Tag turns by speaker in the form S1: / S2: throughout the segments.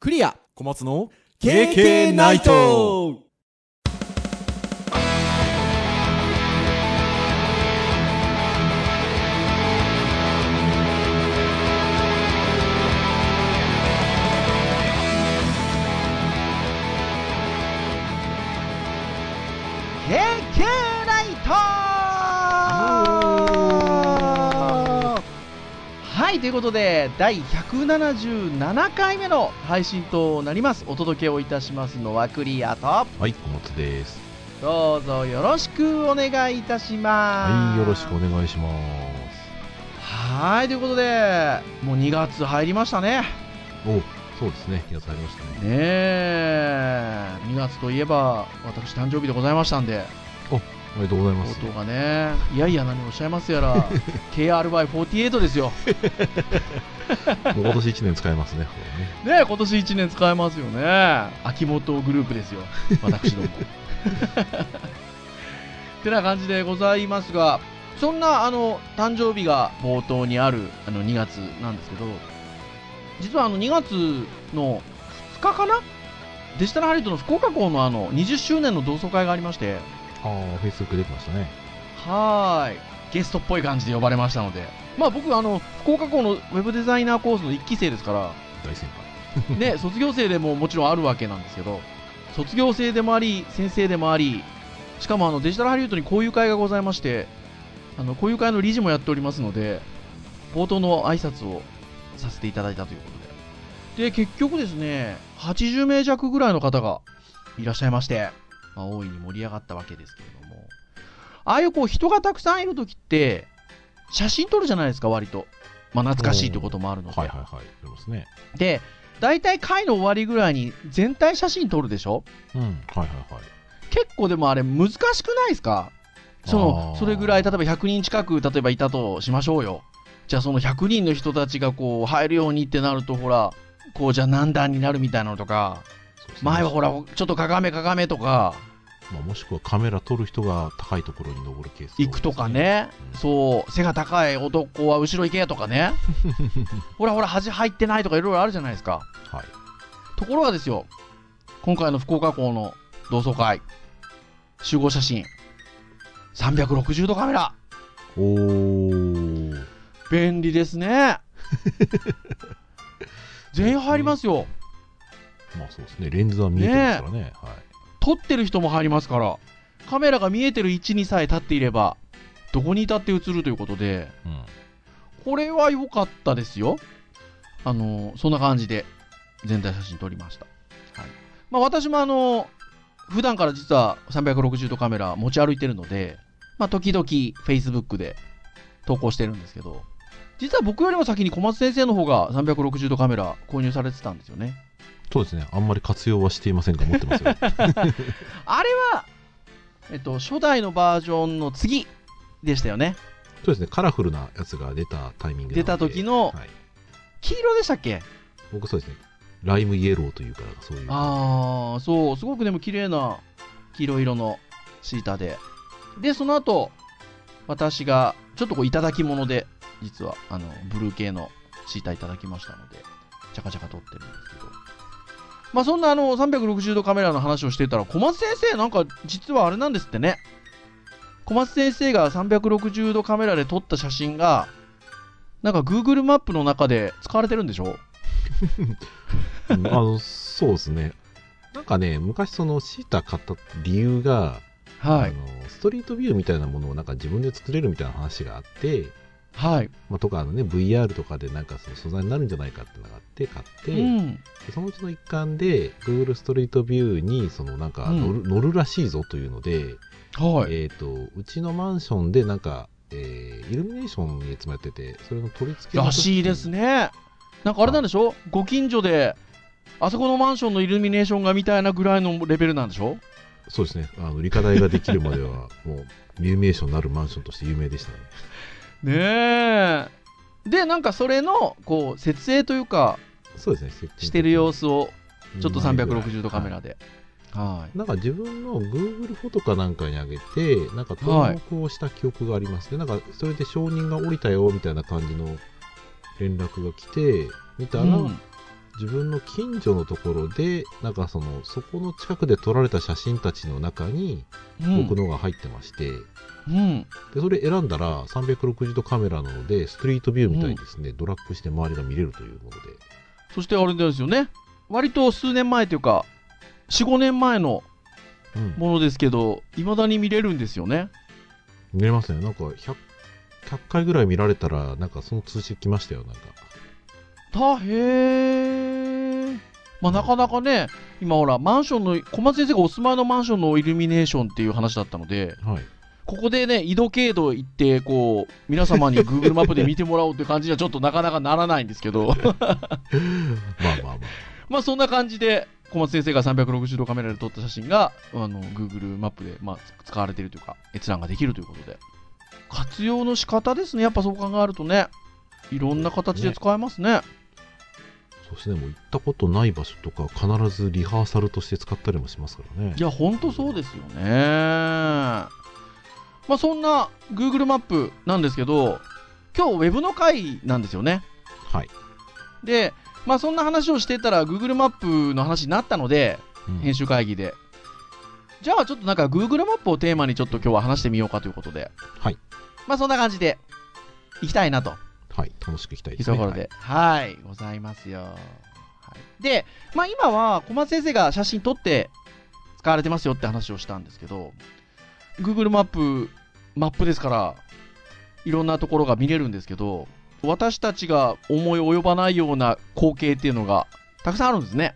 S1: クリア
S2: 小松の
S1: KK ナイト
S3: ライトはい、ということで、第177回目の配信となります。お届けをいたしますのはクリアと、
S4: はい、小松です。
S3: どうぞよろしくお願いいたし
S4: は
S3: ます。
S4: い、よろしくお願いします。
S3: はい、ということで、もう2月入りましたね。
S4: お、そうですね、気がさりましたね。
S3: ねえ、2月といえば、私誕生日でございましたんで、
S4: おめでとうございます。
S3: 音がね、いやいや何をおっしゃいますやら、KRY48 ですよ。
S4: も う今年1年使えますね、これね。
S3: ね今年1年使えますよね秋元グループですよ私 どもてな感じでございますがそんなあの誕生日が冒頭にあるあの2月なんですけど実はあの2月の2日かなデジタルハリウッドの福岡校のあの20周年の同窓 会がありまして
S4: ああ、フェイスブック出てましたね。
S3: はーいゲストっぽい感じで呼ばれましたのでまあ僕あの福岡校のウェブデザイナーコースの1期生ですから
S4: 大先輩。
S3: ね、卒業生でももちろんあるわけなんですけど、卒業生でもあり、先生でもあり、しかもあのデジタルハリウッドに交友会がございまして、あの交友会の理事もやっておりますので、冒頭の挨拶をさせていただいたということで。で、結局ですね、80名弱ぐらいの方がいらっしゃいまして、まあ、大いに盛り上がったわけですけれども、ああいうこう人がたくさんいるときって、写真撮るじゃないですか、割と。まあ、懐かしいということもあるので。
S4: はいはいはい。そうですね。
S3: で、大体回の終わりぐらいに全体写真撮るでしょ
S4: うん、はいはいはい。
S3: 結構でもあれ難しくないですかその
S4: あー
S3: それぐらい例えば100人近く例えばいたとしましょうよじゃあその100人の人たちがこう入るようにってなるとほらこうじゃあ何段になるみたいなのとか
S4: そうですね
S3: 前はほらちょっとかがめかがめとか
S4: まあ、もしくはカメラ撮る人が高いところに登るケース、
S3: 行くとか。ね
S4: うん
S3: そう背が高い男は後ろ行けとかね ほらほら端入ってないとかいろいろあるじゃないですか
S4: はい。
S3: ところがですよ、今回の福岡校の同窓会、集合写真、360度カメラ、
S4: おー。
S3: 便利ですね。全員入りますよ。
S4: まあそうですね、レンズは見えてますからね。はい。
S3: 撮ってる人も入りますから、カメラが見えてる位置にさえ立っていれば、どこにいたって映るということで、
S4: うん。
S3: これは良かったですよ。あの、そんな感じで全体写真撮りました。はい。まあ私もあの、普段から実は360度カメラ持ち歩いてるので、まあ時々 Facebook で投稿してるんですけど、実は僕よりも先に小松先生の方が360度カメラ購入されてたんですよね。
S4: そうですね、あんまり活用はしていませんが、持ってます よ。
S3: あれは、えっと、初代のバージョンの次でしたよね。
S4: そうですね、カラフルなやつが出たタイミングなので
S3: 出た時の
S4: はい。
S3: 黄色でしたっけ
S4: 僕そうですねライムイエローというからそういう
S3: ああそうすごくでも綺麗な黄色色のシータででその後私がちょっとこういただき物で実はあのブルー系のシータいただきましたのでチャカチャカ撮ってるんですけどまあそんなあの360度カメラの話をしてたら小松先生なんか実はあれなんですってね小松先生が360度カメラで撮った写真がなんか Google マップの中で使われてるんでしょ
S4: うんあのそうですねなんかね昔そのシータ買った理由が、
S3: は
S4: あのストリートビューみたいなものをなんか自分で作れるみたいな話があって、
S3: はい
S4: まあ、とかあのね VR とかでなんかその素材になるんじゃないかってのがあって買って、
S3: うん
S4: でそのうちの一環で Google ストリートビューにそのなんか
S3: うん
S4: 乗る,、乗るらしいぞというので、
S3: はい
S4: えー、とうちのマンションでなんか、えーイルミネーションにいつもやっててそれの取り付けの時
S3: らしいですねなんかあれなんでしょご近所であそこのマンションのイルミネーションがみたいなぐらいのレベルなんでしょ
S4: そうですね。あの理科大ができるまでは、 もう、イルミネーションになるマンションとして有名でしたね。
S3: ねえでなんかそれのこう設営というか
S4: そうですね。
S3: してる様子を
S4: うん、
S3: ちょっと360度カメ
S4: は
S3: ラで、はい
S4: なんか自分の Google フォトかなんかにあげて、なんか登録をした記憶がありますね。なんかそれで承認が降りたよみたいな感じの連絡が来て、見たら、
S3: うん
S4: 自分の近所のところでなんかそのそこの近くで撮られた写真たちの中に
S3: うん
S4: 僕のが入ってまして、
S3: うん
S4: でそれ選んだら360度カメラなのでストリートビューみたいにですね、ドラッグして周りが見れるというもので
S3: そしてあれですよね割と数年前というか45年前の
S4: うん、
S3: ものですけどいまだに見れるんですよね
S4: 見れますねなんか 100, 100回ぐらい見られたらなんかその通知来ましたよなんか
S3: たへーまあなかなかね今ほらマンションの小松先生がお住まいのマンションのイルミネーションっていう話だったので
S4: はい
S3: ここでね、緯度経度行って、こう、皆様に Google マップで見てもらおうって感じにはちょっとなかなかならないんですけど、
S4: ま あまあまあ
S3: まあそんな感じで、小松先生が360度カメラで撮った写真が、あの、Google マップで、まあ、つ使われているというか、閲覧ができるということで。活用の仕方ですね、やっぱそう考えるとね。いろんな形で使えますね。
S4: そしてもう行ったことない場所とか必ずリハーサルとして使ったりもしますからね
S3: いや、ほんとそうですよね。まあそんな Google マップなんですけど、今日ウェブの回なんですよね。
S4: はい、
S3: で、まあ、そんな話をしてたら Google マップの話になったので
S4: うん
S3: 編集会議で、じゃあちょっとなんか Google マップをテーマにちょっと今日は話してみようかということで
S4: はい
S3: まあそんな感じで行きたいなと
S4: はい楽しく行きたい
S3: い
S4: で
S3: う
S4: す
S3: と
S4: ね
S3: ころではいございますよ、はい、で、まあ、今は小松先生が写真撮って使われてますよって話をしたんですけど Google マップマップですからいろんなところが見れるんですけど私たちが思い及ばないような光景っていうのがたくさんあるんですね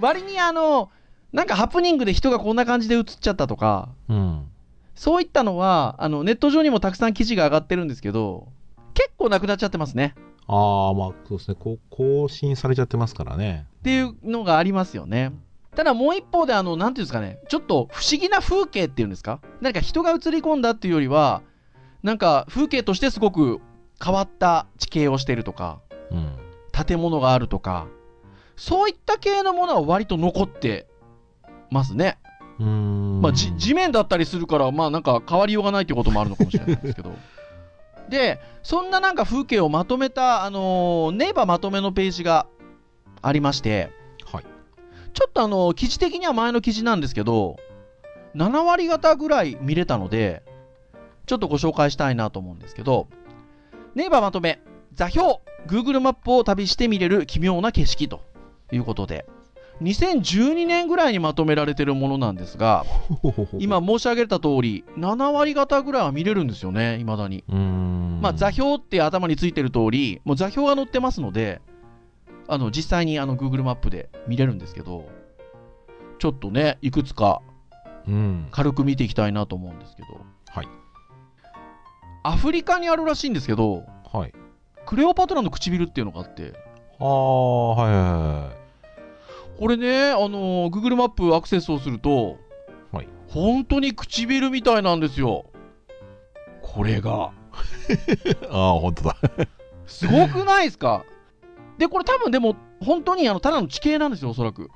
S3: 割にあのなんかハプニングで人がこんな感じで写っちゃったとか
S4: はいうん
S3: そういったのはあのネット上にもたくさん記事が上がってるんですけど結構なくなっちゃってますね
S4: ああまあそうですねこう更新されちゃってますからね
S3: っていうのがありますよね。ただもう一方で、あの、なんていうんですかね、ちょっと不思議な風景っていうんですか、なんか人が映り込んだっていうよりは、なんか風景としてすごく変わった地形をしているとか、
S4: うん
S3: 建物があるとか、そういった系のものは割と残ってますね。
S4: うーん
S3: まあ、じ地面だったりするから、まあ、なんか変わりようがないってこともあるのかもしれないです けど。で、そんななんか風景をまとめた、あのーネイバーまとめのページがありまして、
S4: はい
S3: ちょっとあの、記事的には前の記事なんですけど、7割方ぐらい見れたので、ちょっとご紹介したいなと思うんですけど、ネイバーまとめ、座標、Google マップを旅して見れる奇妙な景色ということで、2012年ぐらいにまとめられてるものなんですが、
S4: ほほほ
S3: 今申し上げた通り、7割方ぐらいは見れるんですよね、いまだに。
S4: うーん
S3: まあ、座標って頭についてる通り、もう座標が載ってますので、あの実際にあの Google マップで見れるんですけど、ちょっとね、いくつか
S4: うん
S3: 軽く見ていきたいなと思うんですけど、
S4: はい
S3: アフリカにあるらしいんですけど、
S4: はい
S3: クレオパトラの唇っていうのがあって、
S4: ああはいはいはい
S3: これね、あのー Google マップアクセスをすると、
S4: はい
S3: 本当に唇みたいなんですよ。これが。
S4: ああ本当だ
S3: すごくないですかで、これ多分でも、本当にあのただの地形なんですよ、おそらく。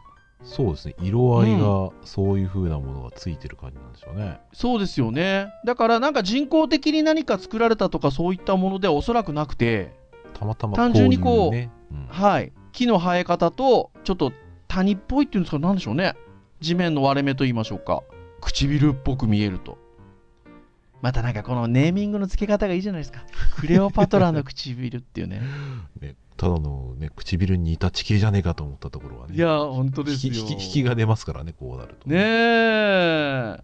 S4: そうですね色合いがそういう風なものがついてる感じなんでしょうね、
S3: そうですよね。だからなんか人工的に何か作られたとかそういったものではおそらくなくて、
S4: たまたま
S3: 単純に
S4: こうい
S3: こう
S4: うね、うん
S3: はい。木の生え方と、ちょっと谷っぽいっていうんですか、なんでしょうね。地面の割れ目と言いましょうか。唇っぽく見えると。またなんかこのネーミングの付け方がいいじゃないですか。クレオパトラの唇っていうね。
S4: ね、ただの、ね、唇に似た地形じゃねえかと思ったところはね
S3: いや、本当です
S4: 引
S3: よ。
S4: き引き引きが出ますからねこうなると
S3: ねえ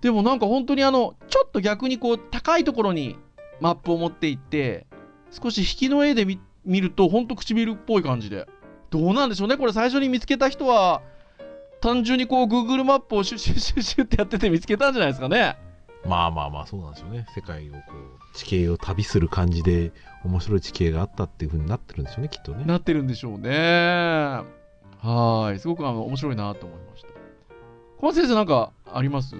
S3: でもなんか本当にあのちょっと逆にこう高いところにマップを持っていって少し引きの絵で見見ると本当唇っぽい感じでどうなんでしょうねこれ最初に見つけた人は単純にこう Google マップをシュッシュッシュッシュッってやってて見つけたんじゃないですかね
S4: まあまあまあそうなんですよね世界をこう地形を旅する感じで面白い地形があったっていう風になってるんでしょうねきっとね
S3: なってるんでしょうねはーいすごくあの面白いなと思いました小松先生なんかありますこ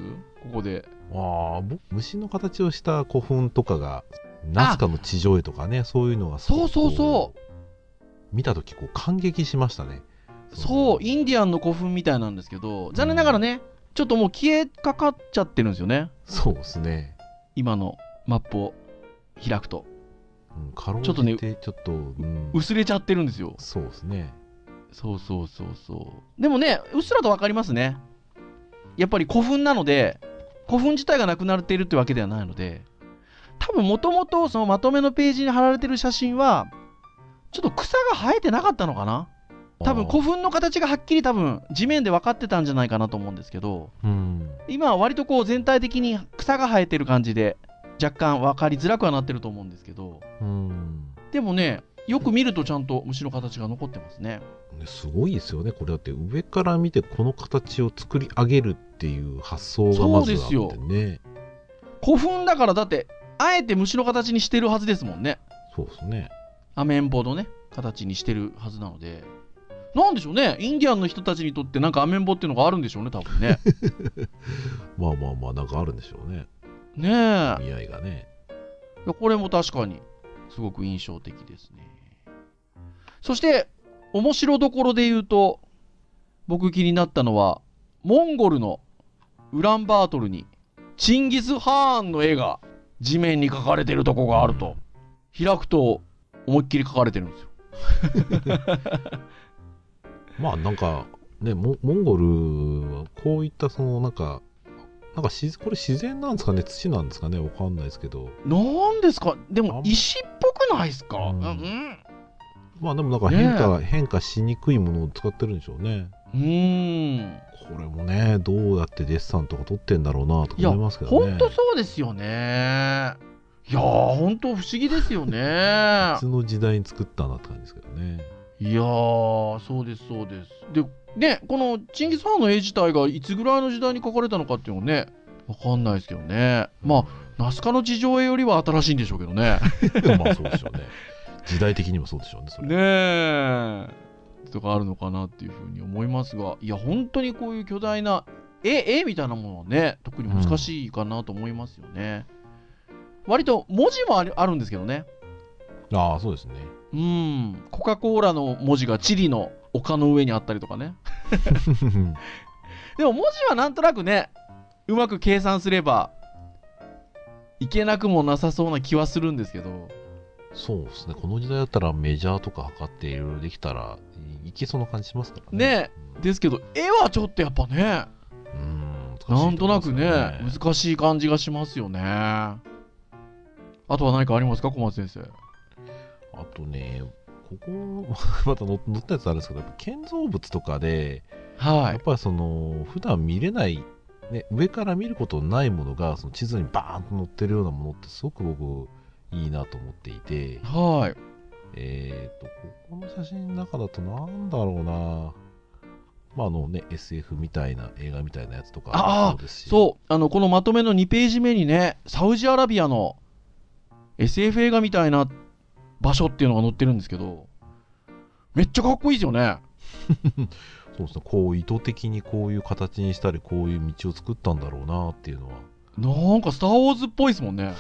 S3: こで
S4: ああ僕虫の形をした古墳とかがナスカの地上絵とかねそういうのがすごく
S3: そうそうそう
S4: こう見た時こう感激しましたね
S3: そう、
S4: い
S3: インディアンの古墳みたいなんですけど、残念ながらね、ちょっともう消えかかっちゃってるんですよね。
S4: そうですね、
S3: 今のマップを開くと。
S4: うん、かろう
S3: ちょっとね
S4: じてちょっと、うん
S3: 薄れちゃってるんですよ。
S4: そうですね
S3: そうそうそうそうでもねうっすらと分かりますねやっぱり古墳なので古墳自体がなくなっているってわけではないので多分もともとそのまとめのページに貼られてる写真はちょっと草が生えてなかったのかな多分古墳の形がはっきり多分地面で分かってたんじゃないかなと思うんですけど
S4: うん
S3: 今は割とこう全体的に草が生えてる感じで若干分かりづらくはなってると思うんですけど
S4: うん
S3: でもねよく見るとちゃんと虫の形が残ってますね
S4: ねすごいですよねこれだって上から見てこの形を作り上げるっていう発想がまずあって
S3: そう
S4: ね
S3: 古墳だからだってあえて虫の形にしてるはずですもんね
S4: そうですね
S3: アメンボのね形にしてるはずなのでなんでしょうねインディアンの人たちにとってなんかアメンボっていうのがあるんでしょうね多分ね
S4: まあまあまあなんかあるんでしょうね
S3: ねえ
S4: 見合いがね
S3: いやこれも確かにすごく印象的ですねそして面白どころで言うと僕気になったのはモンゴルのウランバートルにチンギス・ハーンの絵が地面に描かれてるとこがあると開くと思いっきり描かれてるんですよ
S4: まあなんかねモモンゴルはこういったそのなんかなんかしこれ自然なんですかね土なんですかねわかんないですけど
S3: なんですかで
S4: あ
S3: も
S4: ん
S3: 石っぽくないですか、
S4: う
S3: う
S4: ん
S3: ん
S4: まあでもなんか変化、変化しにくいものを使ってるんでしょうね
S3: うーん
S4: これもねどうやってデッサンとか撮ってんだろうなとか思いますけど
S3: ほ
S4: ね
S3: んとそうですよねいやーほんと不思議ですよね
S4: 別の時代に作ったなって感じですけどね
S3: いやー、そうです、そうです。で、ね、このチンギス・ハーンの絵自体がいつぐらいの時代に描かれたのかっていうのね、わかんないですけどね。まあ、ナスカの地上絵よりは新しいんでしょうけどね。
S4: まあそうでしょうね時代的にもそうでしょうねそれ
S3: ねえ。とかあるのかなっていうふうに思いますが、いや、本当にこういう巨大な絵、絵みたいなものはね、特に難しいかなと思いますよね。割と文字もあるあるんですけどね。
S4: ああそうですね
S3: うん。コカ・コーラの文字がチリの丘の上にあったりとかね。でも文字はなんとなくね、うまく計算すれば、いけなくもなさそうな気はするんですけど、
S4: そうですねこの時代だったらメジャーとか測っていろいろできたらいいけそうな感じしますからね
S3: ねですけど、絵はちょっとやっぱね、
S4: うん
S3: な
S4: 難し
S3: ん
S4: いことろ
S3: な
S4: です
S3: く
S4: よ
S3: ね、難しい感じがしますよね。あとは何かありますか、小松先生。
S4: あとねここ また載ったやつあるんですけどやっぱ建造物とかで、
S3: は
S4: やっ
S3: い。
S4: ぱりその普段見れない、ね、上から見ることのないものがその地図にバーンと載ってるようなものってすごく僕いいなと思っていて
S3: はい。
S4: えっ、とここの写真の中だとなんだろうなまああのね SF みたいな映画みたいなやつとか
S3: ああ
S4: そうですし
S3: そう、あの、このまとめの2ページ目にね、サウジアラビアの SF 映画みたいな場所っていうのが載ってるんですけど、めっちゃかっこいいですよね。
S4: そうですねこう意図的にこういう形にしたりこういう道を作ったんだろうなっていうのは
S3: なんか「スター・ウォーズ」っぽいですもんね。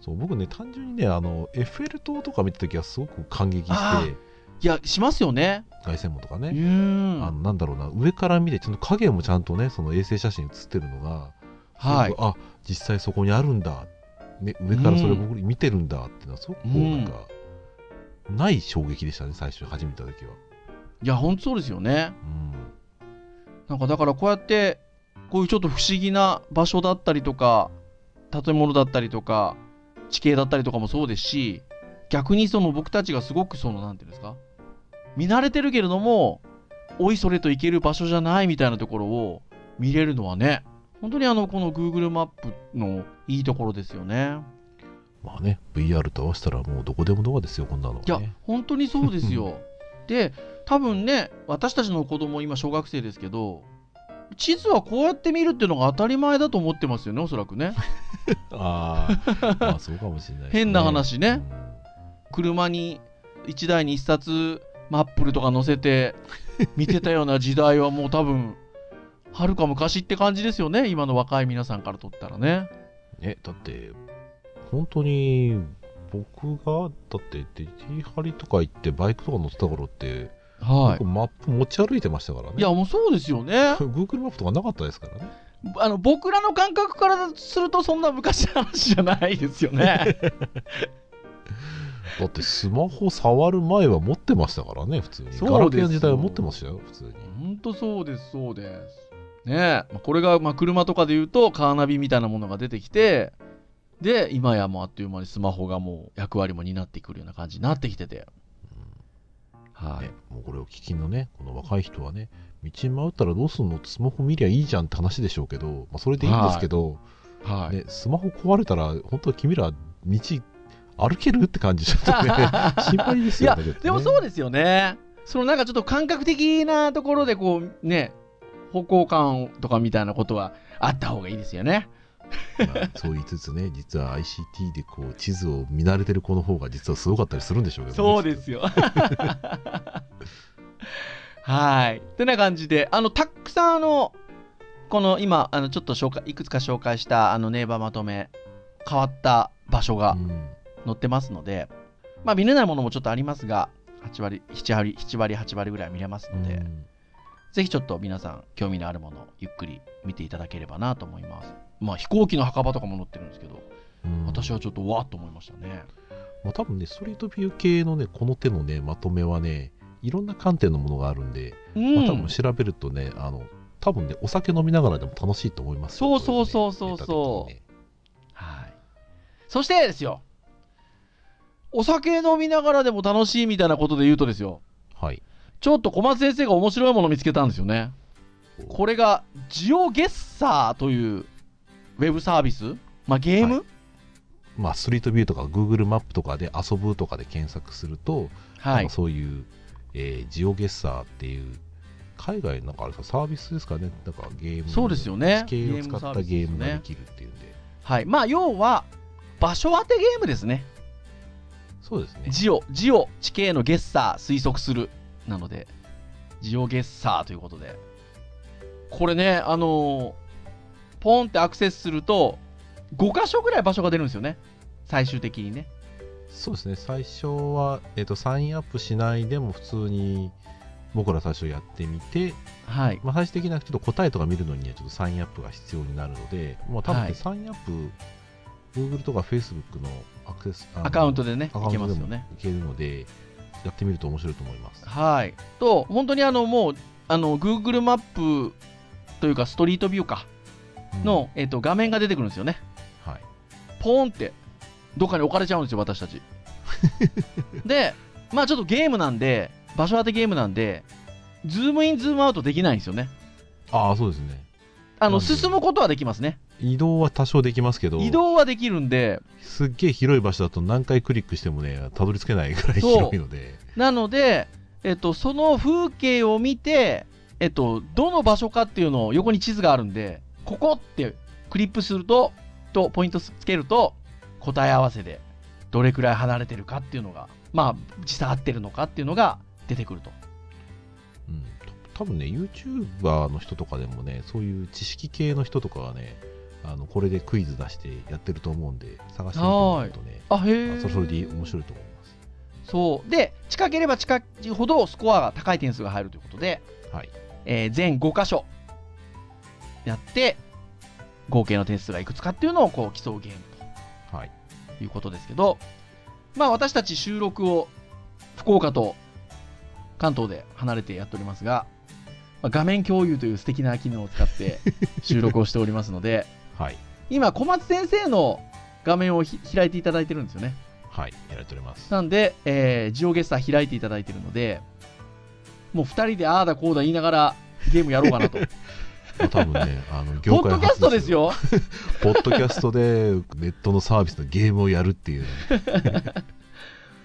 S4: そう僕ね単純にねあのエッフェル塔とか見た時はすごく感激
S3: あ
S4: して
S3: いやしますよね。
S4: 凱旋門とか
S3: う
S4: ね、
S3: ん
S4: あのなんだろうな上から見てちゃんと影もちゃんとねその衛星写真に写ってるのが、
S3: はい
S4: すごくあ実際そこにあるんだ、ね、上からそれ僕見てるんだっていうのはすごくこう
S3: うん
S4: なんか、ない衝撃でしたね最初初めて見た時は。
S3: いやほんとそうですよね。
S4: うん
S3: なんかだからこうやってこういうちょっと不思議な場所だったりとか建物だったりとか地形だったりとかもそうですし逆にその僕たちがすごくそのなんていうんですか見慣れてるけれどもおいそれと行ける場所じゃないみたいなところを見れるのはね本当にあのこの Google マップのいいところですよね。
S4: まあね VR と合わせたらもうどこでもドアですよこんなのは、ね。
S3: いや、本当にそうですよ。で、多分ね、私たちの子供今、小学生ですけど、地図はこうやって見るっていうのが当たり前だと思ってますよね、おそらく ね。
S4: あーまあそうかもしれないですね、
S3: 変な話ね
S4: うん
S3: 車に1台に1冊、マップルとか載せて、見てたような時代はもう多分、はるか昔って感じですよね、今の若い皆さんからとったらね。
S4: えだって本当に僕がだってデジハリとか行ってバイクとか乗ってた頃って、
S3: は
S4: 僕マップ持ち歩いてましたからね
S3: い。いや、もうそうですよ ね。
S4: Google マップとかなかったですからね
S3: あの僕らの感覚 からすると、そんな昔の話じゃないですよね。
S4: だってスマホ触る前は持ってましたからね普通に
S3: そうですよ
S4: ガラケーの時代は持ってましたよ普通に
S3: 本当そうですそうですねえまあこれがまあ車とかで言うとカーナビみたいなものが出てきてで今やもうあっという間にスマホがもう役割も担ってくるような感じになってきててはい、
S4: ね、もうこれを聞きのね、この若い人はね、道に迷ったらどうすんのってスマホ見りゃいいじゃんって話でしょうけど、まあ、それでいいんですけど、
S3: はい
S4: ね、スマホ壊れたら、本当君ら、道歩けるって感じちょっと ね、心配ですよね。だけどね
S3: でもそうですよねそのなんかちょっと感覚的なところでこうね方向感とかみたいなことはあった方がいいですよね
S4: まあそう言いつつね、実は ICT でこう地図を見慣れてる子の方が実はすごかったりするんでしょうけど、ね、
S3: そうですよ。はい。てな感じで、あの、たくさんあの、この今、あの、ちょっと紹介、いくつか紹介した、あの、ネイバーまとめ、変わった場所が
S4: うん
S3: 載ってますので、まあ、見れないものもちょっとありますが、8割、7割、7割、8割ぐらい見れますので、
S4: うん
S3: ぜひちょっと皆さん、興味のあるもの、ゆっくり見ていただければなと思います。まあ、飛行機の墓場とかも載ってるんですけど、
S4: うん
S3: 私はちょっとわーっと思いましたね。
S4: まあ、多分ね、ストリートビュー系のね、この手のね、まとめはね、いろんな観点のものがあるんで、
S3: うん
S4: まあ、多分調べるとね、あの多分ねお酒飲みながらでも楽しいと思いますよ
S3: そうそうそうそうそう
S4: これね
S3: はい。そしてですよ、お酒飲みながらでも楽しいみたいなことで言うとですよ、
S4: はい
S3: ちょっと小松先生が面白いものを見つけたんですよね。これが、ジオゲッサーというウェブサービス、まあ、ゲーム、
S4: まあストリートビューとか Google マップとかで遊ぶとかで検索すると、
S3: は
S4: なん
S3: い
S4: か、そういう、えージオゲッサーっていう海外なんかあれさサービスですかねなんかゲーム
S3: そうですよね
S4: 地形を使ったゲ
S3: ゲ
S4: ー
S3: ー
S4: ム
S3: ムサービスですね
S4: ができるっていうんで
S3: はい。まあ、要は、場所当てゲームですね。
S4: そうですね
S3: ジオ、ジオ、地形のゲッサー、推測する。なので、ジオゲッサーということで。これね、あのーポンってアクセスすると、5箇所ぐらい場所が出るんですよね。最終的にね。
S4: そうですね最初は、えー、とサインアップしないでも普通に僕ら最初やってみて
S3: はい。
S4: まあ、最終的なちょっと答えとか見るのにはちょっとサインアップが必要になるので、まあ、多分ね、
S3: はい
S4: サインアップ、Google とか Facebook のアクセス
S3: アカウント
S4: で
S3: でね、いけますよね。
S4: いけるので、やってみると面白いと思います。
S3: はい。と、本当にあの、もう、あの、Google マップというか、ストリートビューか、
S4: うん
S3: の、えっ、と、画面が出てくるんですよね。
S4: はい、
S3: ポーンってどっかに置かれちゃうんですよ私 たちでまあちょっとゲームなんで場所当てゲームなんでズームインズームアウトできないんですよね
S4: ああ、そうですね。
S3: あ
S4: な
S3: の
S4: んで
S3: 進むことはできますね
S4: 移動は多少できますけど、
S3: 移動はできるんです
S4: っげえ広い場所だと何回クリックしてもね、たどり着けないぐらい
S3: そう
S4: 広いので、
S3: なので、えっと、その風景を見て、えっと、どの場所かっていうのを横に地図があるんでここってクリップするととポイントつけると答え合わせでどれくらい離れてるかっていうのがまあ時差合ってるのかっていうのが出てくると
S4: うん、多分ね、YouTuber の人とかでもね、そういう知識系の人とかはね、あのこれでクイズ出してやってると思うんで、探してみてもらうとね、
S3: あへ
S4: あそれそれで面白いと思います。
S3: そう。で、近ければ近いほどスコアが高い点数が入るということで、
S4: はい
S3: えー全5箇所やって、合計の点数がいくつかっていうのをこう競うゲーム
S4: はい。
S3: ということですけど、まあ私たち収録を福岡と関東で離れてやっておりますが、まあ画面共有という素敵な機能を使って収録をしておりますので、
S4: はい。
S3: 今、小松先生の画面をひ開いていただいてるんですよね。
S4: はい。やられております。
S3: なんで、えージオゲッサー開いていただいてるので、もう2人でああだこうだ言いながらゲームやろうかなと。
S4: まあ多分ね、あの、
S3: ポ
S4: 業
S3: ッ
S4: 界
S3: ドキャス
S4: 初
S3: トです。よ。
S4: ポッドキャストで、ネットのサービスのゲームをやるっていうね、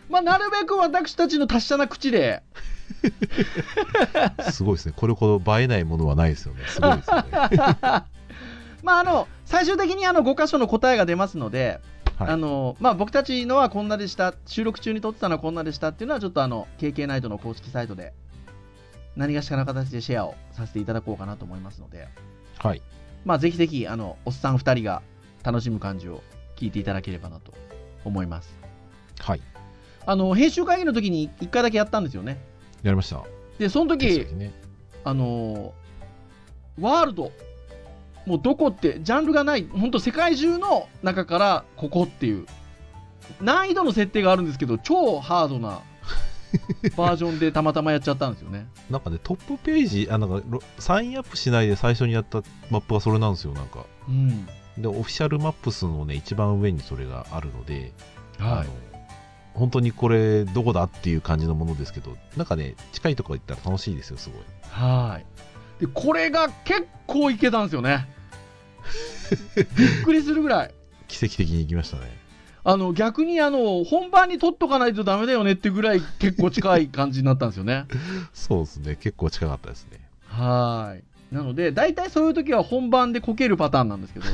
S3: まあ、なるべく私たちの達者な口で、
S4: すごいですね。これほど映えないものはないですよね。すごいですよね。はい。
S3: まあ、あの、最終的にあの5箇所の答えが出ますので、あの、まあ、僕たちのはこんなでした、収録中に撮ってたのはこんなでしたっていうのは、ちょっとあの、KK ナイトの公式サイトで、何がしかな形でシェアをさせていただこうかなと思いますので、
S4: はい。
S3: まあ、ぜひぜひ、あの、おっさん2人が楽しむ感じを聞いていただければなと思います。
S4: はい。
S3: あの編集会議の時に1回だけやったんですよね
S4: やりました。
S3: でその時
S4: ですよね
S3: あのーワールドもうどこってジャンルがない本当世界中の中からここっていう難易度の設定があるんですけど超ハードなバージョンでたまたまやっちゃったんですよ ね
S4: なんかね、トップページ、あなんかロサインアップしないで最初にやったマップはそれなんですよ、なんか。
S3: うん
S4: で、オフィシャルマップスのね、一番上にそれがあるので、あの本当にこれ、どこだっていう感じのものですけど、なんかね、近いところ行ったら楽しいですよ、すごい。
S3: はいでこれが結構いけたんですよねびっくりするぐらい
S4: 奇跡的に行きました ね。
S3: あの逆にあの本番に取っとかないとダメだよねってぐらい結構近い感じになったんですよね
S4: そうですね、結構近かったですね。
S3: はいなので大体そういう時は本番でこけるパターンなんですけど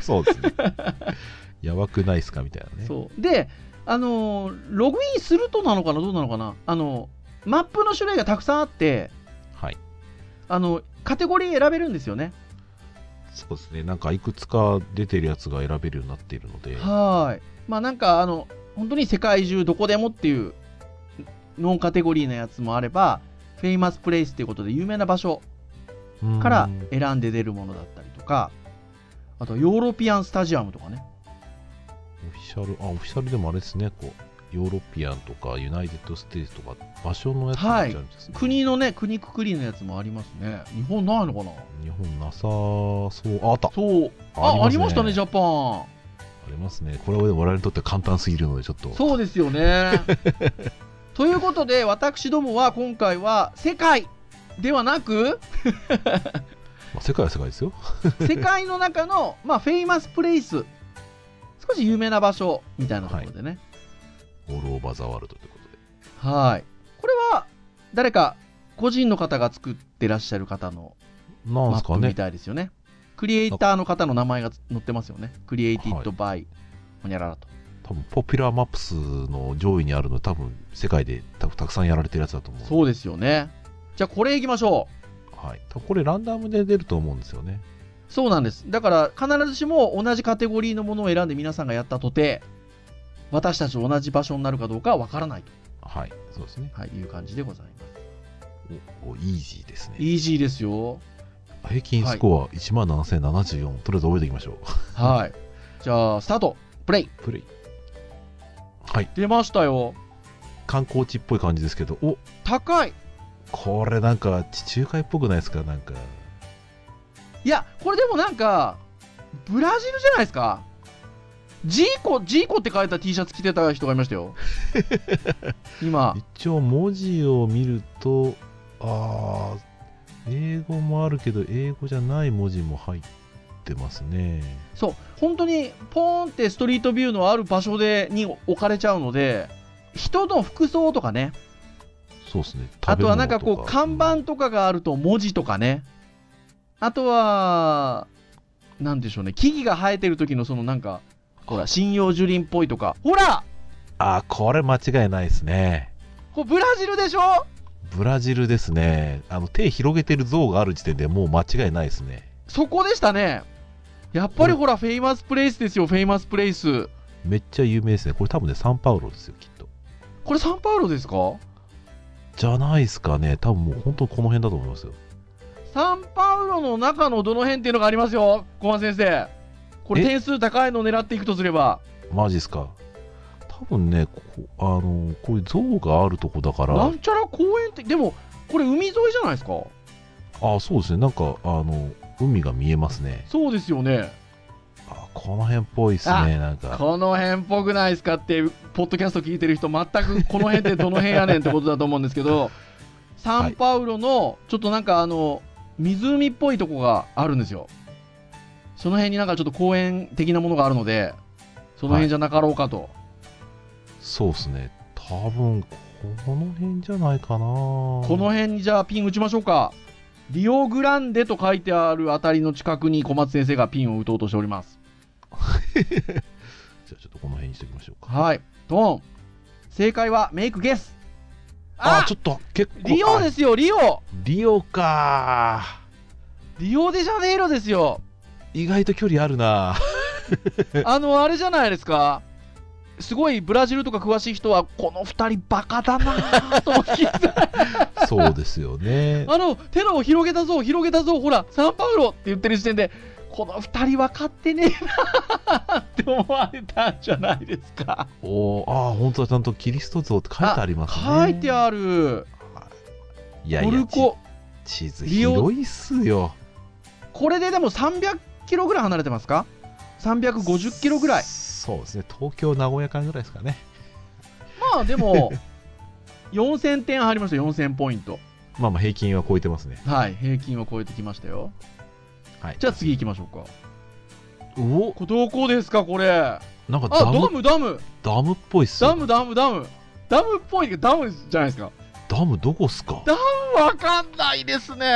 S4: そうですね。やばくないっすかみたいなね。
S3: そうであのーログインするとなのかなどうなのかなあのマップの種類がたくさんあって
S4: はい。
S3: あのカテゴリー選べるんですよね
S4: そうですね、なんかいくつか出てるやつが選べるようになっているので、
S3: はいまあなんかあの本当に世界中どこでもっていうノンカテゴリーのやつもあればフェイマスプレイスっていうことで有名な場所
S4: うーん
S3: から選んで出るものだったりとかあとヨーロピアンスタジアムとかね
S4: オフィシャル、あ、オフィシャルでもあれですね、こう、ヨーロピアンとかユナイテッドステージとか、場所のやつになっちゃうんですね。
S3: 国のね国くくりのやつもありますね日本ないのかな
S4: 日本なさそう、あ、あった
S3: そうあありましたね
S4: ゃ
S3: ジャパン
S4: ありますね。これはでも我々にとって簡単すぎるので、ちょっと。
S3: そうですよ ね。ということで私どもは今回は世界ではなく
S4: まあ、世界は世界ですよ。
S3: 世界の中の、まあ、フェイマスプレイス少し有名な場所みたいなところでね
S4: オールオーバーザワールドということで。
S3: はいこれは誰か個人の方が作ってらっしゃる方の
S4: なん
S3: マ
S4: です
S3: ッ
S4: か
S3: プみ
S4: ね。
S3: たいですよねクリエイターの方の名前が載ってますよねクリエイティッドバイほにゃららと
S4: 多分、ポピュラーマップスの上位にあるの、多分、世界でたたくさんやられてるやつだと思う。
S3: そうですよねじゃあこれいきましょう
S4: はい。多分これ、ランダムで出ると思うんですよね。
S3: そうなんです。だから必ずしも同じカテゴリーのものを選んで皆さんがやったとて、私たちと同じ場所になるかどうかはわからないと、
S4: はい。そうですね。
S3: はい、いう感じでございます。
S4: おおイージーですね。
S3: イージーですよ。
S4: 平均スコア1万7074、とりあえず覚えていきましょう。
S3: はい。じゃあ、スタート。プレイ。
S4: プレイ。はい。
S3: 出ましたよ。
S4: 観光地っぽい感じですけど、お
S3: 高い。
S4: これなんか地中海っぽくないですかなんか。
S3: いや、これでもなんか、ブラジルじゃないですか。ジーコ、ジーコって書いた T シャツ着てた人がいました よ。今。
S4: 一応文字を見ると、あー、英語もあるけど、英語じゃない文字も入ってますね。
S3: そう本当にポーンってストリートビューのある場所でに置かれちゃうので人の服装とかね
S4: そうですね。
S3: あとはなんか
S4: 食べ物
S3: こう
S4: と
S3: 看板とかがあると文字とかねあとはなんでしょうね木々が生えてる時のそのなんかほら針葉樹林っぽいとかほら
S4: あー、これ間違いないですね。
S3: これブラジルでしょ
S4: ブラジルですね。あの手広げてる像がある時点でもう間違いないですね。
S3: そこでしたねやっぱりほらフェイマスプレイスですよフェイマスプレイス
S4: めっちゃ有名ですね。これ多分ね、サンパウロですよ、きっと。
S3: これサンパウロですか
S4: じゃないですかね。多分もう本当この辺だと思いますよ。
S3: サンパウロの中のどの辺っていうのがありますよ、小松先生。これ
S4: え
S3: 点数高いのを狙っていくとすれば、
S4: マジっすか。多分ね、ここ、あの、こういう像があるとこだから、
S3: な
S4: あ
S3: んちゃら公園って、でも、これ海沿いじゃないですか。
S4: そうですね。なんか、あの、海が見えますね。
S3: そうですよね。
S4: あこの辺っぽいっす
S3: あ
S4: ね。なんか、
S3: この辺っぽくないですかって、ポッドキャスト聞いてる人、全くこの辺ってどの辺やねんってことだと思うんですけど、サンパウロの、ちょっとなんかあの、湖っぽいとこがあるんですよ。その辺になんかちょっと公園的なものがあるので、その辺じゃなかろうかと。
S4: そうっすね。多分、この辺じゃないかな。こ
S3: この辺にじゃあピン打ちましょうか。リオグランデと書いてあるあたりの近くに小松先生がピンを打とうとしております。
S4: じゃあちょっとこの辺にしておきましょうか。
S3: はい。ドン。正解はメイクゲス。
S4: あ
S3: あ
S4: ちょっと、結構。。
S3: リオですすよ、リオ
S4: リオか
S3: リオデジャネイロですよ。
S4: 意外と距離ある な
S3: あの、あれじゃないですか。すごいブラジルとか詳しい人は、この二人バカだなぁと聞いて
S4: そうですよね。
S3: あの、手の広げたぞ、広げたぞ、ほら、サンパウロって言ってる時点で、この2人分かってねえなって思われたんじゃないですか
S4: おーああ、本当だ、ちゃんとキリスト像って書いてありますね。
S3: 書いてある
S4: いやい
S3: ト
S4: や
S3: ル、コ
S4: チ地図
S3: 利用
S4: 広いっすよ。
S3: これででも300キロぐらい離れてますか350キロぐらい
S4: そうですね、東京、名古屋間ぐらいですかね。
S3: まあで も4000点入りました4000ポイント
S4: まあまあ、平均は超えてますね。
S3: はい平均を超えてきましたよ
S4: はい。
S3: じゃあ次行きましょうか
S4: お
S3: これどこですかこれあ
S4: なんかダ
S3: ダ
S4: ム、
S3: ムダム
S4: ダムっぽいっすよ
S3: ダムダムダムダムっぽいけどダムじゃないですか
S4: ダムどこっすか
S3: ダわかんないですね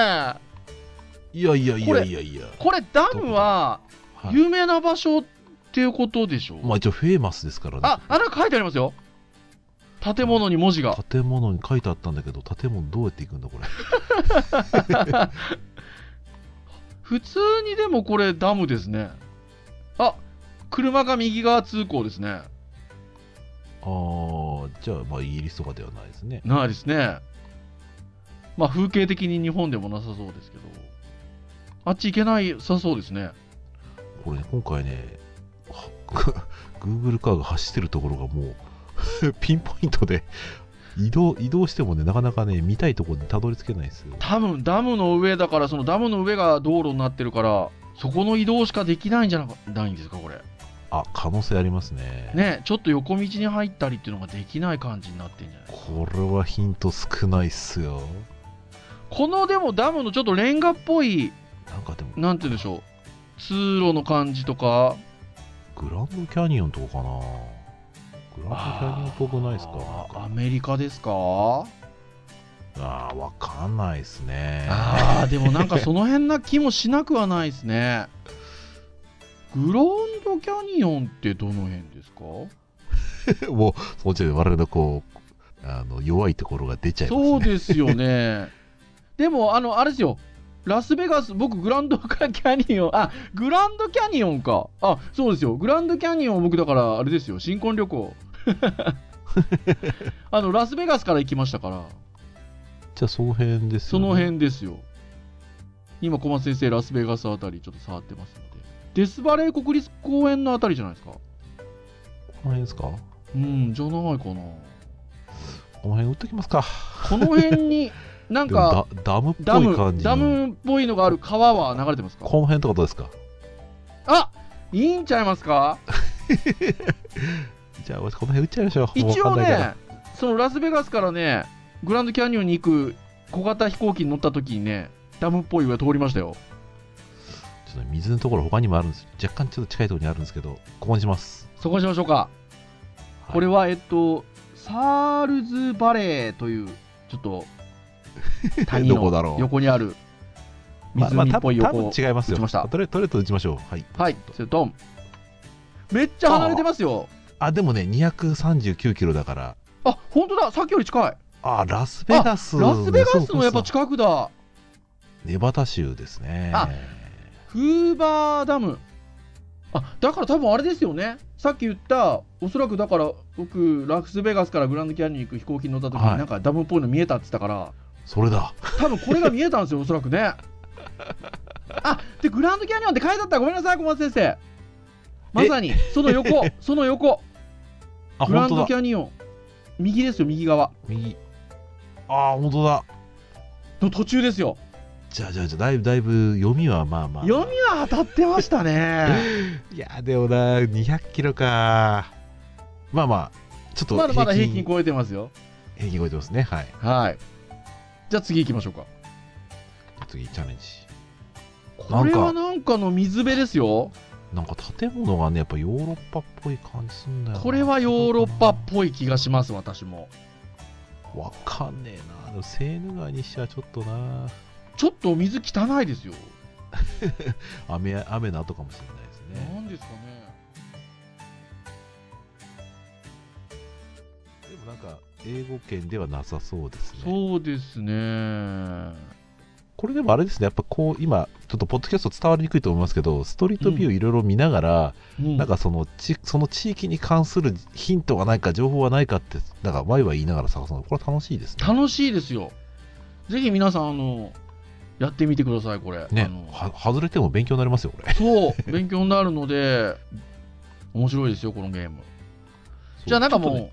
S4: いやいやい
S3: こ
S4: や
S3: れ
S4: いやいや。
S3: これダムは
S4: はい
S3: 有名な場所っていうことでしょ、
S4: まあ一応フェーマスですからね。
S3: ああなんか書いてありますよ建物に文字が
S4: 建物に書いてあったんだけど、建物どうやって行くんだ、これ。
S3: 普通にでもこれダムですねあ車が右側通行ですね
S4: ああ、じゃあ、まあ、イギリスとかではないですね。
S3: ないですねまあ風景的に日本でもなさそうですけどあっち行けないさそうですね
S4: これね、今回ね、 は Google カーが走ってるところがもう、 ピンポイントで移動、移動してもね、なかなかね、見たいところにたどり着けないんですよ。
S3: 多分ダムの上だからそのダムの上が道路になってるからそこの移動しかできないんじゃなかないんですかこれ
S4: あ、可能性ありますね。
S3: ねちょっと横道に入ったりっていうのができない感じになってんじゃない
S4: これはヒント少ないっすよ。
S3: このでもダムのちょっとレンガっぽい
S4: なんかでも、
S3: なんて言うんでしょう通路の感じとか
S4: グランドキャニオンとかかなグランドキャニオンっぽくないですか
S3: あー
S4: な
S3: ア
S4: んか
S3: メリカですか
S4: あー、わかんないっすね。
S3: あーでもなんかその辺な気もしなくはないですねグランドキャニオンってどの辺ですか
S4: もう、そのうち我々のこう、あの弱いところが出ちゃいますね。
S3: そうです よねでもあのあれですよラスベガス僕グランドキャニオンあグランドキャニオンかあそうですよグランドキャニオン僕だからあれですよ新婚 旅行あのラスベガスから行きましたから
S4: じゃあ、その辺です
S3: そ
S4: よ、ね。
S3: の。辺ですよ。今、小松先生、ラスベガスあたりちょっと触ってますので。デスバレー国立公園のあたりじゃないですか。
S4: この辺ですかこ
S3: うん、じゃないかな。
S4: の辺打っときますか。
S3: この辺に、な ん
S4: でも
S3: か、
S4: ダダムっぽい
S3: ダ
S4: 感
S3: ム、
S4: じの
S3: ダムっぽいのがある川は流れてますか
S4: この辺ってことですか
S3: あいいんちゃいますか
S4: じゃあ私この辺打っちゃいましょう
S3: 一
S4: も
S3: 応
S4: うわかんないか
S3: ね、そのラスベガスからね、グランドキャニオンに行く小型飛行機に乗った時にね、ダムっぽい上通りましたよ。
S4: らちょっと水のところ他にもあるんです若干ちょっと近いところにあるんですけどここにします、
S3: そこにしましょうか。
S4: はい
S3: これは、えっと、サールズバレーという、ちょっ と、谷
S4: どこだ
S3: の
S4: ろう
S3: 横にある
S4: まあまあ
S3: 湖っぽい
S4: 多
S3: 横
S4: 分多分違いますよ
S3: 打ちました
S4: とりあえずとりあえず打ちましょうはい
S3: はい、それドン。めっちゃ離れてますよ。
S4: あでもね239キロだから
S3: あ、本当だ、さっきより近い。
S4: あラスベガス
S3: ラスベガスの
S4: そう
S3: やっぱ
S4: そう
S3: 近くだ。
S4: そうネバダ州ですね
S3: あフーバーダム。あ、だから多分あれですよね。さっき言った、おそらくだから、僕、ラスベガスからグランドキャニオンに行く飛行機に乗った時に、
S4: はい
S3: なんかダムっぽいの見えたって言ったから、
S4: それだ
S3: 多分これが見えたんですよ、おそら くね。あで、グランドキャニオンって書いてあった、ごめんなさい、小松先生。まさに、その 横、その横、
S4: あ
S3: グラ
S4: 本
S3: ン
S4: 当
S3: ド
S4: だ
S3: キャニオン、右ですよ、右側
S4: 右あ本当だ
S3: の途中ですよ。
S4: じゃあじゃあじゃあだいぶだいぶ読みはまあまあ
S3: 読みは当たってましたね。
S4: いやでもな200キロかまあまあちょっと
S3: まだまだ平均
S4: 平均
S3: 超えてますよ。
S4: 超えてますねはい
S3: はい。じゃあ次行きましょうか。
S4: 次チャレンジな
S3: こ
S4: ん
S3: れ
S4: か
S3: はなんかの水辺ですよ。
S4: なんか建物がねやっぱヨーロッパっぽい感じすんだよな
S3: これはヨーロッパっぽい気がします、私も。
S4: わかんねえなでもセーヌ川にしちゃちょっとな
S3: ちょっと水汚いですよ。
S4: 雨雨の後かもしれないですね
S3: なんですかね。
S4: でもなんか英語圏ではなさそうですね
S3: そうですね。
S4: これでもあれですねやっぱこう今ちょっとポッドキャスト伝わりにくいと思いますけどストリートビューいろいろ見ながら、
S3: うん
S4: なんかそのちその地域に関するヒントがないか情報はないかってなんかワイワイ言いながら探すのこれは楽しいですね。
S3: 楽しいですよ。ぜひ皆さん、あの、やってみてください、これ。あ
S4: ね
S3: の、
S4: は外れても勉強になりますよ、これ。
S3: そう、勉強になるので、面白いですよ、このゲーム。じゃあ、なんか
S4: そうちょっ
S3: も
S4: とね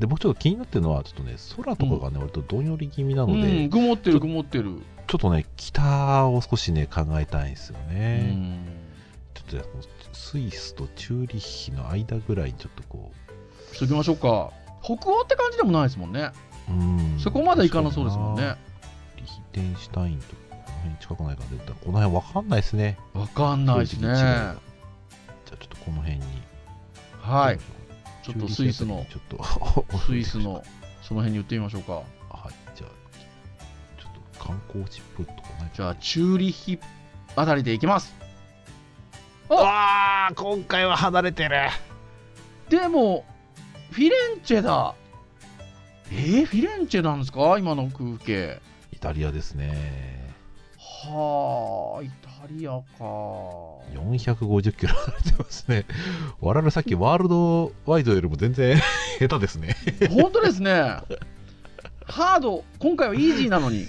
S4: で、僕ちょっと気になってるのは、ちょっとね、空とかがね、割とどんより気味な
S3: う、う
S4: ので、
S3: ん、曇ってる、曇ってる。
S4: ちょっとね、北を少しね、考えたいんですよ
S3: う
S4: ね。
S3: ん
S4: ちょっとねスイスとチューリッヒの間ぐらいにちょっとこ
S3: しときましょうか。北欧って感じでもないですもんね。
S4: う、うん
S3: そこまでいかなそうですもん。
S4: 確
S3: ね
S4: か。になリヒテンシュタインとか、この辺近くないかで、だからこの辺わかんないですね。
S3: わかんないです
S4: 正
S3: ね。
S4: 直違いがじ
S3: は
S4: ゃあちょっとこの辺に。
S3: い。ちょっと
S4: チ
S3: ス
S4: ューリ
S3: イ
S4: ッヒ
S3: ス
S4: あたり
S3: の
S4: に、ちょっと
S3: スイスの、その辺に言ってみましょうか。
S4: はい、じゃあ、ちょっと観光地っぽいとこない
S3: じゃあ、チューリッヒあたりで行きます。
S4: あ、あ今回は離れてる。
S3: でも、フィレンチェだ。えー、フィレンチェなんですか今の風景。
S4: イタリアですね。
S3: はあ、イタリアか。
S4: 450キロ離れてますね。我々さっきワールドワイドよりも全然 下手ですね。
S3: 本当ですね。ハード、今回はイージーなのに。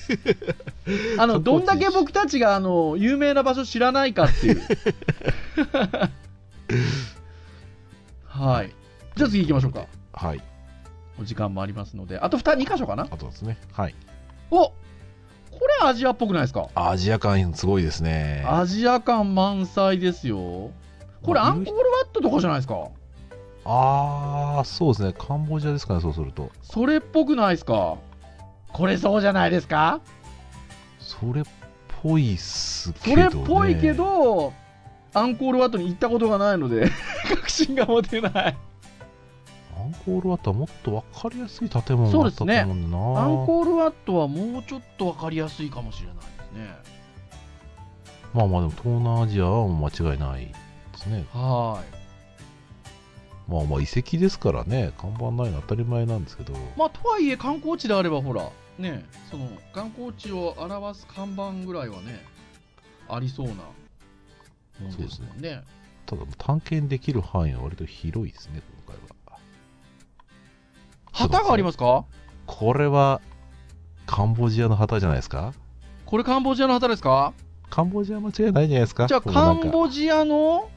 S3: あの、
S4: そこ
S3: ど
S4: を
S3: んだけ僕たちが、あの、有名な場所知らないかっていう。はい。じゃあ次行きましょうか。
S4: はい、
S3: お時間もありますので。あと 2, 2箇所かな
S4: あとですね。はい。
S3: おこれアジアっぽくないですか
S4: アジア感すごいですね。
S3: アジア感満載ですよ。これアンコールワットとかじゃないですか
S4: あー、そうですね。カンボジアですかね、そうすると。
S3: それっぽくないですかこれそうじゃないですか
S4: それっぽいっすけど、
S3: それ
S4: ね。
S3: っぽいけ。ど、アンコールワットに行ったことがないの で確信が持てない
S4: アンコールワットはもっと分かりやすい建物だったと思うんだな。
S3: アンコールワットはもうちょっと分かりやすいかもしれないですね
S4: まあまあでも東南アジアはもう間違いないですね。
S3: はい
S4: まあまあ遺跡ですからね、看板ないの当たり前なんですけど。
S3: まあとはいえ観光地であればほらねその観光地を表す看板ぐらいはねありそうなもんですもんね
S4: ただ探検できる範囲は割と広いですね、今回は。
S3: 旗がありますか
S4: これはカンボジアの旗じゃないですか
S3: これカンボジアの旗ですか
S4: カンボジア間違いないんじゃないですか
S3: じゃあ
S4: このな
S3: カ
S4: んか
S3: ンボジアの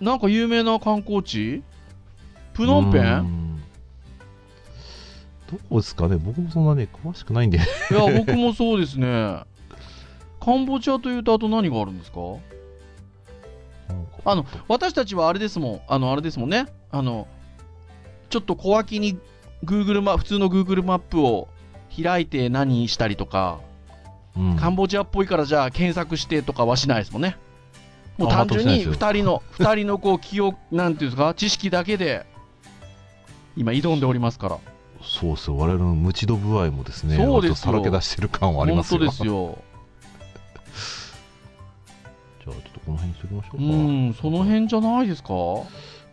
S3: なんか有名な観光地プノンペ
S4: うー
S3: ン
S4: んどうですかね僕もそんなね、詳しくないんで。
S3: いや僕もそうですねカンボジアというとあと何があるんですか
S4: なんか
S3: あの私たちはあれですもんあのあれですもんねあのちょっと小脇に Google マ普通の Google マップを開いて何したりとか、
S4: うん
S3: カンボジアっぽいからじゃあ検索してとかはしないですもんねもう
S4: あ
S3: 単純に
S4: 全くし
S3: 2人の二人のこう記憶なんていうんですか知識だけで今挑んでおりますから
S4: そうですよ、我々の無知度具合もですね、
S3: そうですよ
S4: 割とさらけ出してる感はあり
S3: 本
S4: ますよ
S3: 当ですよ
S4: じゃあちょっとこの辺にしときましょう
S3: う
S4: か。
S3: んその辺じゃないですか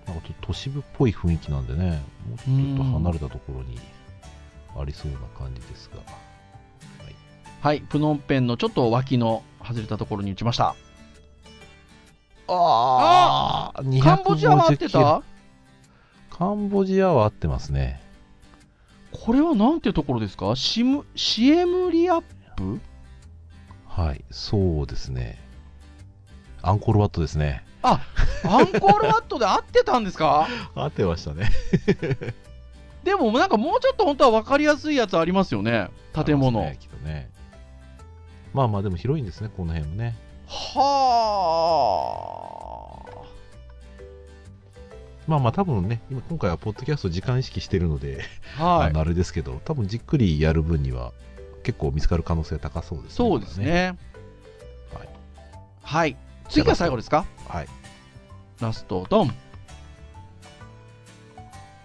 S4: なんかちょっと都市部っぽい雰囲気なんでね、もうちょっと離れたところにありそうな感じですが。
S3: はいプノンペンのちょっと脇の外れたところに打ちました
S4: ああ
S3: カンボジアは合ってた
S4: カンボジアは合ってますね。
S3: これはなんてところですかシムシエムリアップ
S4: はい、そうですね。アンコールワットですね。
S3: アンコールワットで合ってたんですか
S4: 合ってましたね。
S3: でもなんかもうちょっと本当は分かりやすいやつありますよね建物
S4: ねきっとね。まあまあでも広いんですね、この辺もね。
S3: はあ
S4: まあまあ多分ね、今今回はポッドキャスト時間意識してるので、
S3: は
S4: あ
S3: い
S4: のあれですけど、多分じっくりやる分には結構見つかる可能性高そうですね。
S3: そうですね
S4: これね。
S3: はい次が最後ですか
S4: はい。はい
S3: ラストドン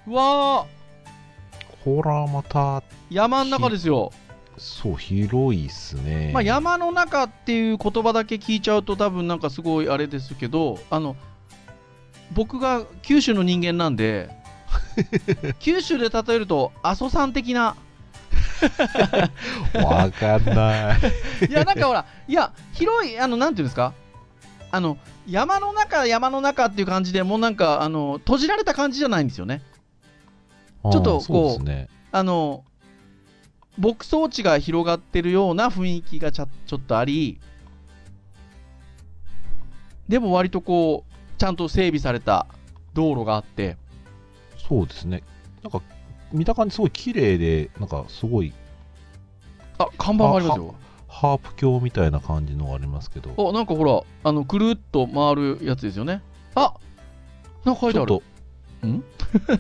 S3: うわー
S4: ほら、また、
S3: 山の中ですよ、
S4: そう、広いっすね。
S3: まあ、山の中っていう言葉だけ聞いちゃうと多分なんかすごいあれですけどあの僕が九州の人間なんで九州で例えると阿蘇山的な
S4: わか んない。
S3: いやなんかほらいや広いあのなんていうんですかあの山の中山の中っていう感じでもうなんかあの閉じられた感じじゃないんですよね
S4: ち
S3: ょっとこう
S4: そうですね。
S3: あの牧草地が広がってるような雰囲気がちゃちょっとありでも割とこうちゃんと整備された道路があって
S4: そうですね。なんか、見た感じすごい綺麗で、なんかすごい
S3: あ看板がありますよ
S4: ハープ鏡みたいな感じのがありますけど、
S3: あなんかほらあのくるっと回るやつですよねあなんか書
S4: ち
S3: いて
S4: ょ
S3: あ
S4: っ
S3: る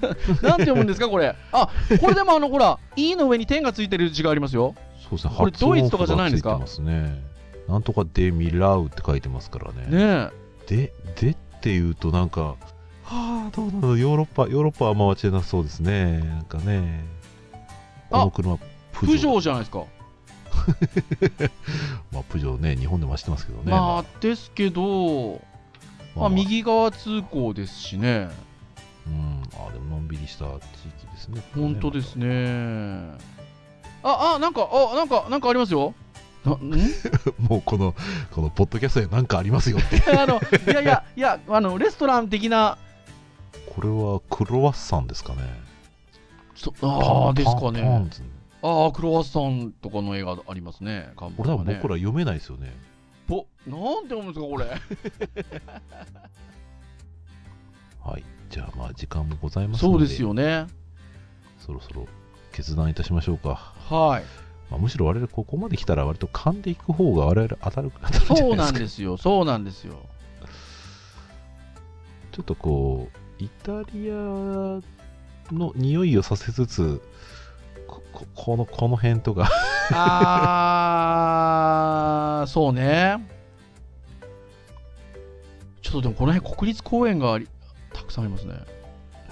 S4: と、
S3: なんて読むんですかこれあこれでもあのほ ら「E」の上に点がついてる字がありますよ
S4: そうですね、
S3: これ
S4: 発音
S3: ドイツとかじゃないんですか
S4: 符がついてますね。なんとかデミラウって書いてますからね。
S3: ねえ
S4: で、でっていうとなんか、はあ、どうなのヨーロッパ、ヨーロッパは回ってなさそうですね。なんかね、この車、プジョ
S3: プ
S4: ー
S3: ジョーじゃないですか
S4: まあ、プジョーね、日本でも走ってますけどね。
S3: まあですけど、
S4: ま
S3: ま
S4: あ
S3: あ、右側通行ですしね
S4: うん、あでものんびりした地域ですね。
S3: 本当ですねああなんかあなんか なんかありますよなん
S4: もうこの、このポッドキャストでなんかありますよって。
S3: あのいやいやいやあのレストラン的な
S4: これはクロワッサンですかね。
S3: そああですか
S4: パンパ
S3: ね
S4: ンツ
S3: ああクロワッサンとかの映画ありますね看板
S4: これ多
S3: が
S4: 分
S3: ね
S4: 僕ら読めないですよね。
S3: ぼなんて読むんですか これ
S4: はい。じゃあまあ時間もございますの
S3: そ
S4: で、
S3: うですよね
S4: そろそろ決断いたしましょうか。
S3: はい
S4: まあ、むしろ我々ここまで来たら割と噛んでいく方が我々当たる 当たるんじゃ
S3: そう
S4: な
S3: ない
S4: です
S3: ん
S4: か。
S3: ですよそうなんですよ
S4: ちょっとこう、イタリアの匂いをさせつつ、こここのこの辺とか
S3: あー、そうね。ちょっとでもこの辺国立公園がありたくさんありますね。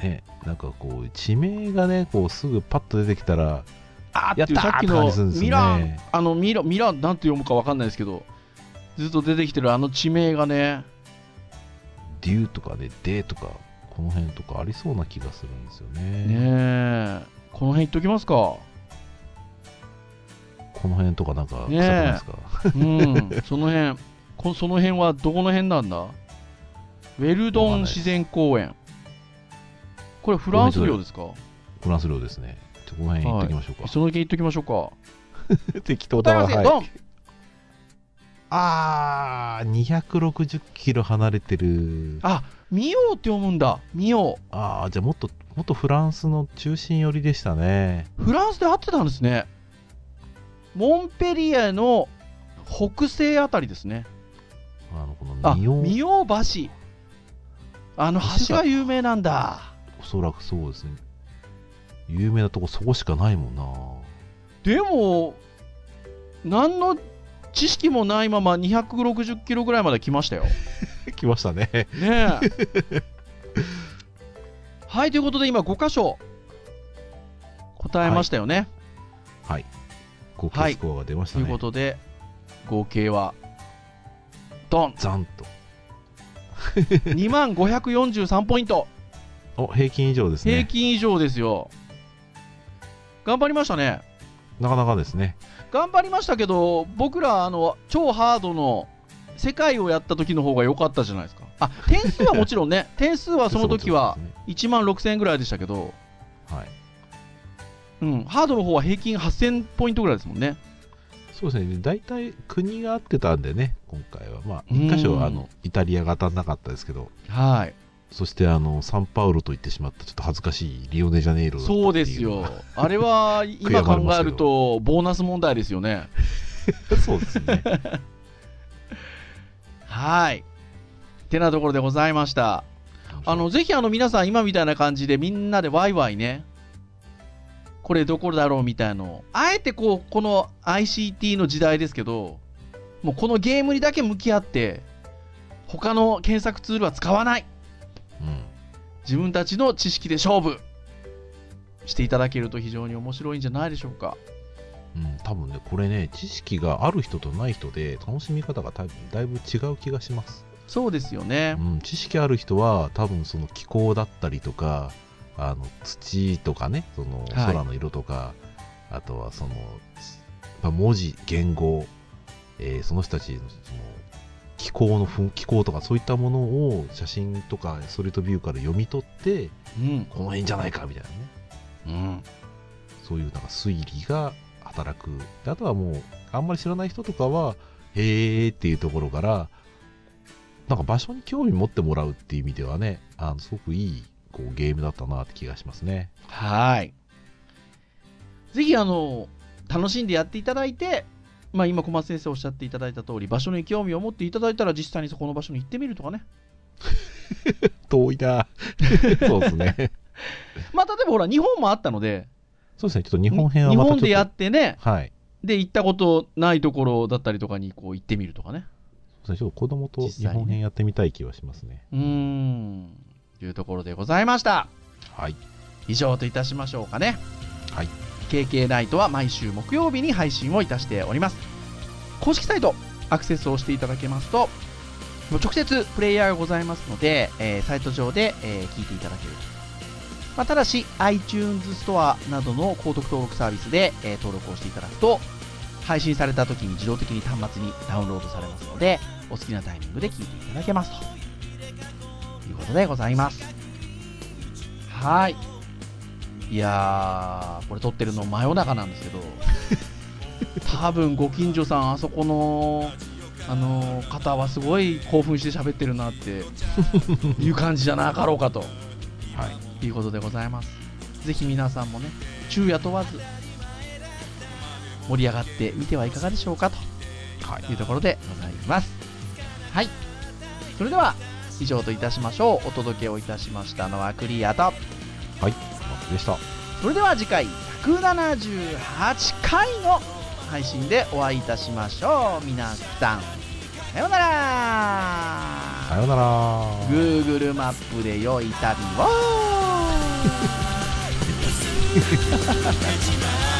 S4: ね、なんかこう、地名がね、こうすぐパッと出てきたら、
S3: あー
S4: や
S3: っ
S4: ってたー
S3: いうさっき
S4: って感
S3: の
S4: じするんですよね
S3: ミラン、あのミラミランなんて読むかわかんないですけど、ずっと出てきてるあの地名がね、
S4: デューとかね、デーとか、この辺とかありそうな気がするんですよね。
S3: ねえ、この辺行っときますか。
S4: この辺とかなんか臭く
S3: ねえ
S4: ないですか、
S3: うん、 その辺こ、その辺はどこの辺なんだウェルドン自然公園。これフランス領ですか
S4: フランス領ですね。ちょこの辺行ってきましょうか。
S3: その辺行っときましょうか。
S4: 適当
S3: 答え合わせ、
S4: はい
S3: ドン
S4: あー、260キロ離れてる。
S3: あミオって読むんだミオ
S4: あー、じゃあもっと、もっとフランスの中心寄りでしたね。
S3: フランスで合ってたんですねモンペリエの北西あたりですね
S4: あの、この
S3: あ
S4: ミオン
S3: ミオ橋あの橋が有名なんだ
S4: おそらくそうですね。有名なとこそこしかないもんな。
S3: でも何の知識もないまま260キロぐらいまで来ましたよ
S4: 来ましたね。
S3: ねえ はいということで今5箇所答えましたよね、
S4: はい。合計スコアが出まし
S3: と
S4: た
S3: いう
S4: ね。
S3: ことで合計はドン
S4: ざんと。
S3: 2万543ポイント、
S4: お、平均以上です
S3: 平
S4: ね。
S3: 均以上ですよ。頑張りましたね。
S4: なかなかですね。
S3: 頑張りましたけど、僕ら、あの、超ハードの世界をやった時の方が良かったじゃないですか。あ、点数はもちろんね、 点数はその時は
S4: そうですね
S3: 1万6000円ぐらいでしたけど、
S4: はい。
S3: うん、ハードの方は平均8000ポイントぐらいですもんね。
S4: そうですね、大体国が合ってたんでね、今回は。まあ、
S3: うん
S4: 1箇所はあのイタリアが当たんなかったですけど、
S3: はい。
S4: そしてあのサンパウロと言ってしまった、ちょっと恥ずかしいリオネジャネイロだったってい
S3: そうですよ。あれは、今考えると、ボーナス問題ですよね。
S4: のが。 そうですね。
S3: はい。てなところでございました。あの、ぜひあの皆さん今みたいな感じでみんなでワイワイね、これどこだろうみたいのをあえてこう、この ICT の時代ですけど、もうこのゲームにだけ向き合って、他の検索ツールは使わない
S4: うん、
S3: 自分たちの知識で勝負していただけると非常に面白いんじゃないでしょうか。
S4: うん、多分ね、これね、知識がある人とない人で、楽しみ方が多分だいぶ違う気がします。
S3: そうですよ
S4: う
S3: ね。
S4: ん、知識ある人は、多分その気候だったりとか、あの土とかね、その空の色とか、あとはその、まあ文字、言語、えーその人たちのその気候の雰気候とかそういったものを写真とかストリートビューから読み取って、
S3: うん。
S4: この辺じゃないかみたいなね、
S3: うん。
S4: そういうなんか推理が働くであとはもうあんまり知らない人とかはへえっていうところからなんか場所に興味持ってもらうっていう意味ではねあのすごくいいこうゲームだったなって気がしますね
S3: はい。ぜひ、あの、楽しんでやっていただいて、まあ、今、小松先生おっしゃっていただいた通り、場所に興味を持っていただいたら、実際にそこの場所に行ってみるとかね。
S4: 遠いな そうですね
S3: まあ、例えばほら、日本もあったので、
S4: そうですねちょっと日本編はまたちょっ
S3: 日本でや
S4: と
S3: ってね、
S4: はい
S3: で、行ったことないところだったりとかにこう行ってみるとかね。
S4: そうですねちょっと子供と日本編やってみたい気はしますね
S3: うーん、というところでございました。
S4: はい
S3: 以上といたしましょうかね。
S4: はい。
S3: KK ナイトは毎週木曜日に配信をいたしております。公式サイト、アクセスをしていただけますと、もう直接プレイヤーがございますので、えーサイト上で、えー聞いていただけると。まあ、ただし、iTunes ストアなどの購読登録サービスで、えー登録をしていただくと、配信された時に自動的に端末にダウンロードされますので、お好きなタイミングで聞いていただけますということでございます。はい。いやー、これ撮ってるの真夜中なんです けど、多分ご近所さん、あそこの、あのー方はすごい興奮して喋ってる なっていう感じじゃなかろうかと
S4: はい
S3: いうことでございます。ぜひ皆さんもね、昼夜問わず、盛り上がってみてはいかがでしょうかと
S4: はい
S3: というところでございますはいそれでは以上といたしましょうお届けをいたしましたのはクリアと
S4: はいお待ちでした
S3: それでは次回178回の配信でお会いいたしましょう皆さんさような
S4: さ
S3: ら
S4: ようなら
S3: Google マップで良い旅を
S2: 「